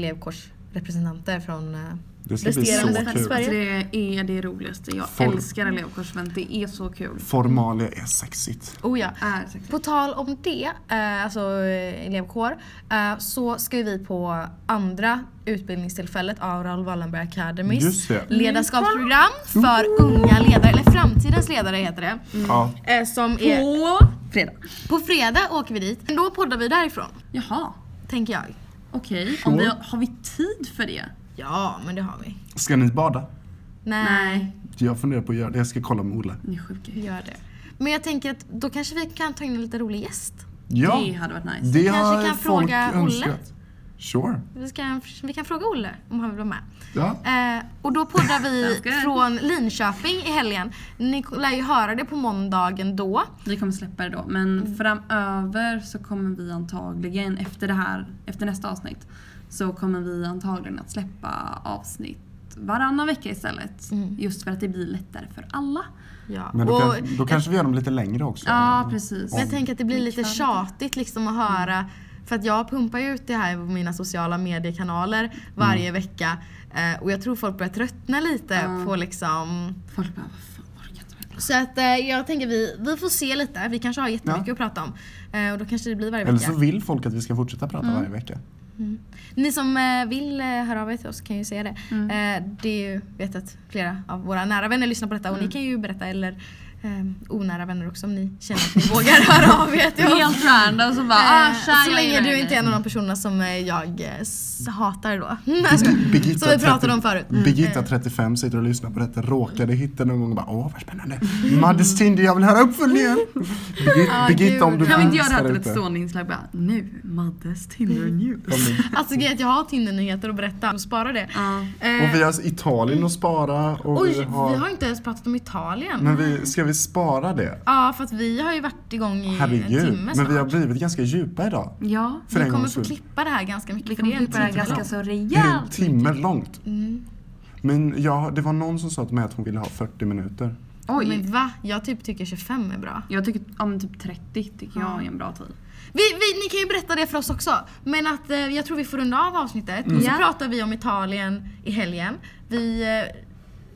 elevkårsrepresentanter från eh, Det ska bli Resterande så kul. Sverige. Alltså, det är det roligaste. Jag Folk- älskar elevkårsevent. Det är så kul. Formalia är sexigt. Oh ja. Är sexigt. På tal om det, eh, alltså eh, elevkår, eh, så ska vi på andra utbildningstillfället av Raoul Wallenberg Academies Just det. Mm. ledarskapsprogram för unga ledare, eller framtidens ledare heter det. Ja. Eh, Som är, På fredag. på fredag åker vi dit, men då poddar vi därifrån, Jaha. tänker jag. Okej. Sure. Om vi, har vi tid för det? Ja, men det har vi. Ska ni bada? Nej, Jag funderar på att göra det. Jag ska kolla med Ola. Ni är sjuka. gör det. Men jag tänker att då kanske vi kan ta in en lite rolig gäst. Ja, Det hade varit nice. det kanske har kan folk fråga Olle. önskat. Sure. Vi, ska, vi kan fråga Olle om han vill vara med. Ja. Eh, och då poddar vi Tackar. från Linköping i helgen. Ni lär ju höra det på måndagen då. Vi kommer släppa det då. Mm. Men framöver så kommer vi antagligen efter det här, efter nästa avsnitt, så kommer vi antagligen att släppa avsnitt varannan vecka istället. Mm. Just för att det blir lättare för alla. Ja. Men då, och, kan, då kanske vi gör dem lite längre också. Ja, precis. men jag tänker att det blir lite tjatigt liksom att höra. För att jag pumpar ju ut det här på mina sociala mediekanaler varje Mm. vecka. Eh, och jag tror folk börjar tröttna lite på liksom... Folk bara, vad fan orkar inte med Så att eh, jag tänker vi, vi får se lite. Vi kanske har jättemycket Ja. att prata om. Eh, och då kanske det blir varje Eller vecka. så vill folk att vi ska fortsätta prata Mm. varje vecka. Ni som eh, vill eh, höra av er till oss kan ju säga det. Mm. Eh, det är ju, vet att flera av våra nära vänner lyssnar på detta och Mm. ni kan ju berätta eller eh, onära vänner också om ni känner att ni vågar höra av er till det? oss. Helt random så bara, Eh, ah, tja, så jag länge gillar du dig. inte är en av de personerna som eh, jag eh, s- hatar då. Nej, Mm. jag skojar. Birgitta Alltså, Som vi pratade 30 om förut. Mm. Birgitta 35 sitter och lyssnar på detta, råkade hitta någon gång och bara åh vad spännande. Maddes Tinder, jag vill höra uppföljningen. Birgit, Ah, Birgitta om gud. du Kan vi inte göra det finns här där till ett ute. stående inslag bara, nu Maddes Tinder News. Alltså grejen är att jag har Tinder-nyheter att berätta och spara det. Eh, Och vi har Italien att spara och Oj, vi vi har har... inte ens pratat om Italien. Men vi, ska vi spara det? Ja, för att vi har ju varit igång i Mm, en Herregud, timme men vi har snart. blivit ganska djupa idag. Ja. För Vi en kommer gångs få skull. klippa det här ganska mycket. Vi för kommer det är en klippa det här timme ganska lång. så Det är en rejält. timme långt. Mm. Men jag, det var någon som sa till mig att hon ville ha 40 minuter. Oj. Men va? Jag typ tycker 25 är bra. Jag tycker, ja men typ 30 tycker jag är en bra tid. Vi, vi, ni kan ju berätta det för oss också. Men att eh, jag tror vi får runda av avsnittet. Och så Ja. pratar vi om Italien i helgen. Vi, eh,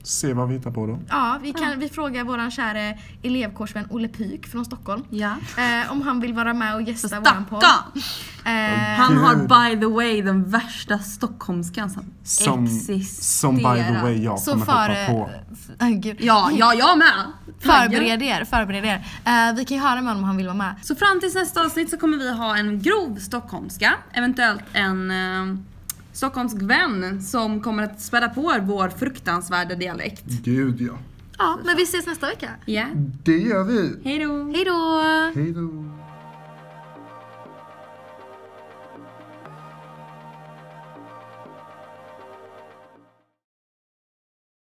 Se vad vi hittar på då. ja, vi, kan, vi frågar våran kära elevkårsvän Olle Pyk från Stockholm. Ja. Eh, om han vill vara med och gästa våran podd. Stackarn! Eh, Han har Gud. by the way den värsta stockholmskan som, Som, existerar. som by the way jag så kommer före... hoppa på. f- ah, gud. Ja, ja, jag med! Förbered er, förbered er. Eh, vi kan ju höra med honom om han vill vara med. Så fram tills nästa avsnitt så kommer vi ha en grov stockholmska, eventuellt en eh, stockholmsk vän som kommer att späda på vår fruktansvärda dialekt. Gud ja. Ja, men vi ses nästa vecka. Ja, Det gör vi. hej då! Hej då! Hej då.